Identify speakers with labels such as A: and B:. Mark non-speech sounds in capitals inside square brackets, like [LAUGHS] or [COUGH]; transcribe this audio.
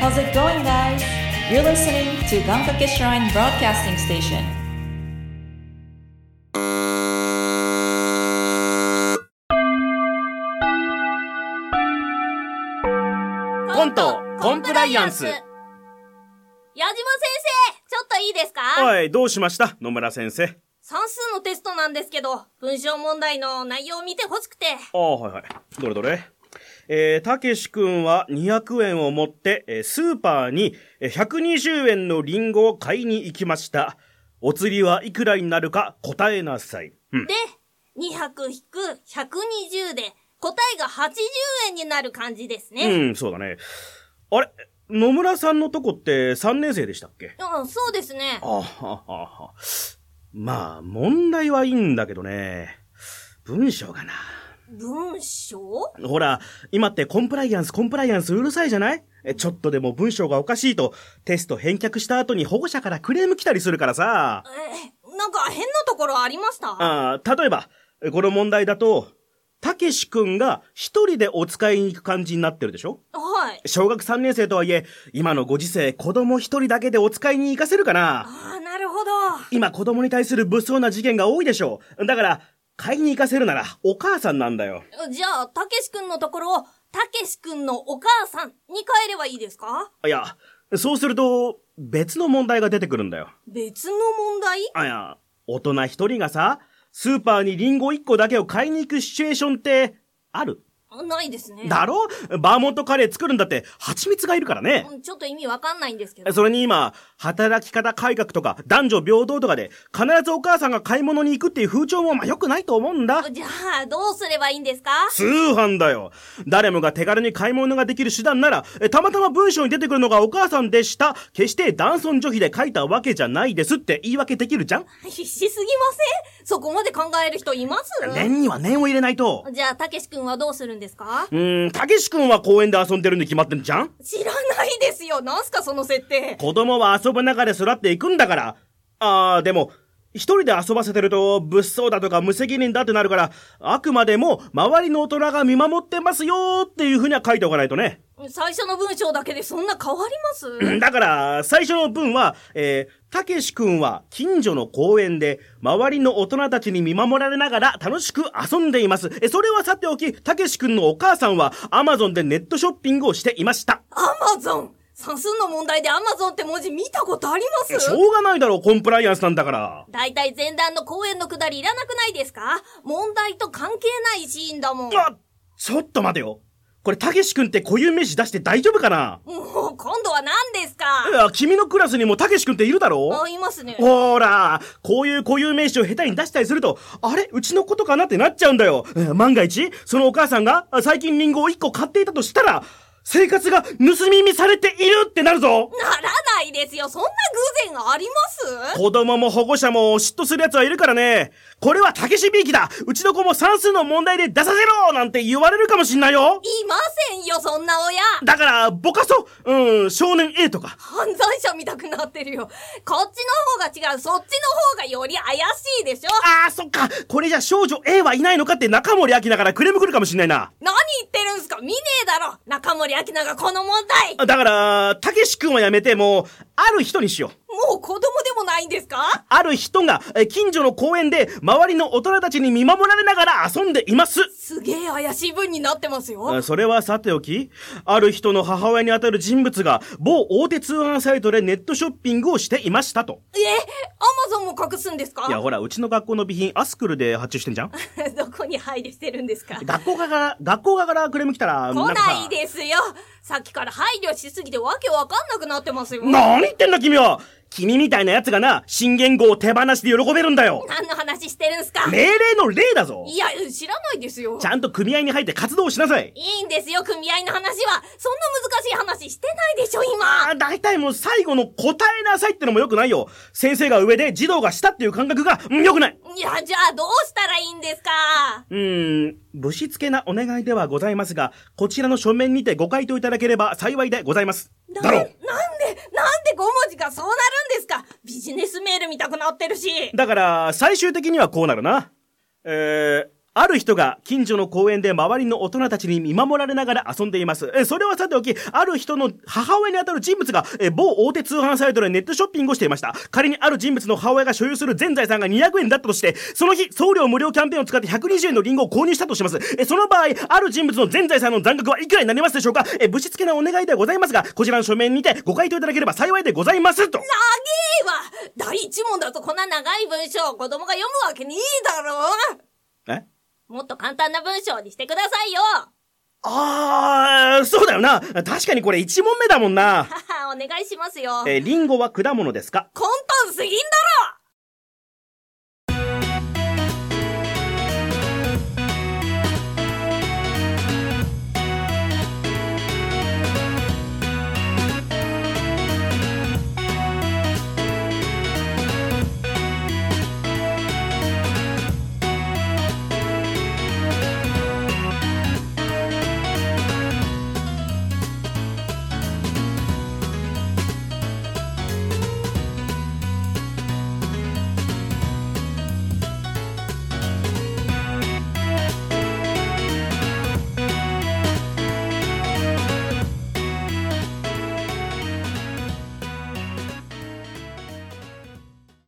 A: How's it going, guys? You're listening to Gankake Shrine Broadcasting Station.
B: コントコンプライアンス
C: 矢島先生ちょっといいですか
B: おい、どうしました野村先生。
C: 算数のテストなんですけど、文章問題の内容を見てほしくて。
B: ああ、はいはい。どれどれえー、たけしくんは200円を持って、えースーパーにえー120円のリンゴを買いに行きました。お釣りはいくらになるか答えなさい。うん。
C: で、200引く120で、答えが80円になる感じですね。
B: うん、そうだね。あれ野村さんのとこって3年生でしたっけ
C: うん、そうですね。
B: ああ、ああああ、まあ、問題はいいんだけどね。文章がな。
C: 文章
B: ほら、今ってコンプライアンス、コンプライアンスうるさいじゃないえちょっとでも文章がおかしいと、テスト返却した後に保護者からクレーム来たりするからさ。
C: え、なんか変なところありました
B: ああ、例えば、この問題だと、たけしくんが一人でお使いに行く感じになってるでしょ
C: はい。
B: 小学3年生とはいえ、今のご時世、子供一人だけでお使いに行かせるかな
C: ああ、なるほど。
B: 今子供に対する物騒な事件が多いでしょう。だから、買いに行かせるなら、お母さんなんだよ。
C: じゃあ、たけしくんのところを、たけしくんのお母さんに変えればいいですか
B: いや、そうすると、別の問題が出てくるんだよ。
C: 別の問題
B: あいや、大人一人がさ、スーパーにリンゴ一個だけを買いに行くシチュエーションって、ある
C: あないですね。
B: だろバーモントカレー作るんだって、蜂蜜がいるからね。
C: うんちょっと意味わかんないんですけど。
B: それに今、働き方改革とか、男女平等とかで、必ずお母さんが買い物に行くっていう風潮もまあ良くないと思うんだ。
C: じゃあ、どうすればいいんですか [LAUGHS]
B: 通販だよ。誰もが手軽に買い物ができる手段なら、えたまたま文章に出てくるのがお母さんでした。決して男尊女卑で書いたわけじゃないですって言い訳できるじゃん
C: 必死すぎませんそこまで考える人います
B: 念には念を入れないと。
C: じゃあ、たけしくんはどうするんですか
B: うーん、たけしくんは公園で遊んでるに決まってんじゃん
C: 知らないですよなんすかその設定
B: 子供は遊ぶ中で育っていくんだから。あー、でも、一人で遊ばせてると、物騒だとか無責任だってなるから、あくまでも、周りの大人が見守ってますよーっていうふうには書いておかないとね。
C: 最初の文章だけでそんな変わります
B: だから、最初の文は、えー、たけしくんは近所の公園で、周りの大人たちに見守られながら楽しく遊んでいます。え、それはさておき、たけしくんのお母さんは、アマゾンでネットショッピングをしていました。
C: アマゾン算数の問題でアマゾンって文字見たことありま
B: し
C: す
B: ょうがないだろう、コンプライアンスなんだから。
C: だいたい前段の公演のくだりいらなくないですか問題と関係ないシーンだもん。
B: あちょっと待てよ。これ、たけしくんって固有名詞出して大丈夫かな
C: もう、今度は何ですか
B: いや、君のクラスにもたけしくんっているだろ
C: あ、いますね。
B: ほーら、こういう固有名詞を下手に出したりすると、あれうちのことかなってなっちゃうんだよ。うん万が一、そのお母さんがあ最近リンゴを1個買っていたとしたら、生活が盗み見されているってなるぞ
C: ならないですよそんな偶然あります
B: 子供も保護者も嫉妬する奴はいるからね。これはたけしびいきだうちの子も算数の問題で出させろなんて言われるかもしんないよ
C: いませんよそんな親
B: だから、ぼかそうん、少年 A とか。
C: 犯罪者みたくなってるよこっちの方が違うそっちの方がより怪しいでしょ
B: ああ、そっか。これじゃ少女 A はいないのかって中森明菜からクレーム来るかもしんないな。
C: 何言ってるんすか見ねえだろ中森明菜がこの問
B: だ
C: 題
B: から、たけしくんはやめて、もう、ある人にしよう。
C: もう子供でもないんですか
B: ある人が、え近所の公園で、周りの大人たちに見守られながら遊んでいます。
C: すげえ怪しい分になってますよ
B: あそれはさておき、ある人の母親にあたる人物が、某大手通販サイトでネットショッピングをしていましたと。
C: えアマゾンも隠すんですか
B: いや、ほら、うちの学校の備品、アスクルで発注してんじゃん
C: [LAUGHS] どこに配慮してるんですか
B: 学校側から、学校側からクレーム来たら、
C: 来
B: んかさ
C: ないですよさっきから配慮しすぎてわけわかんなくなってますよ
B: 何言ってんだ君は君みたいな奴がな、新元号を手放して喜べるんだよ
C: 何の話してるんすか
B: 命令の例だぞ
C: いや、知らないですよ
B: ち。ゃんと組合に入って活動しなさい
C: いいんですよ、組合の話は。そんな難しい話してないでしょ、今。
B: あだいたいもう最後の答えなさいってのも良くないよ先生が上で児童が下っていう感覚が、うん、良くない
C: いや、じゃあどうしたらいいんですか
B: うーん、ぶしつけなお願いではございますが、こちらの書面にてご回答いただければ幸いでございます。
C: な
B: だろう
C: なんで、なんで5文字がそうなるんですかビジネスメール見たくなってるし。
B: だから、最終的にはこうなるな。えー、ある人が近所の公園で周りの大人たちに見守られながら遊んでいます。えそれはさておき、ある人の母親にあたる人物がえ某大手通販サイトでネットショッピングをしていました。仮にある人物の母親が所有する全財産が200円だったとして、その日送料無料キャンペーンを使って120円のリンゴを購入したとします。えその場合、ある人物の全財産の残額はいくらになりますでしょうかえぶしつけなお願いではございますが、こちらの書面にてご回答いただければ幸いでございますと。
C: ええわ第一問だとこんな長い文章を子供が読むわけにいいだろ
B: え
C: うもっと簡単な文章にしてくださいよ
B: あー、そうだよな。確かにこれ1問目だもんな。
C: はは、お願いしますよ。
B: えーリンゴは果物ですか
C: 混沌すぎんだろ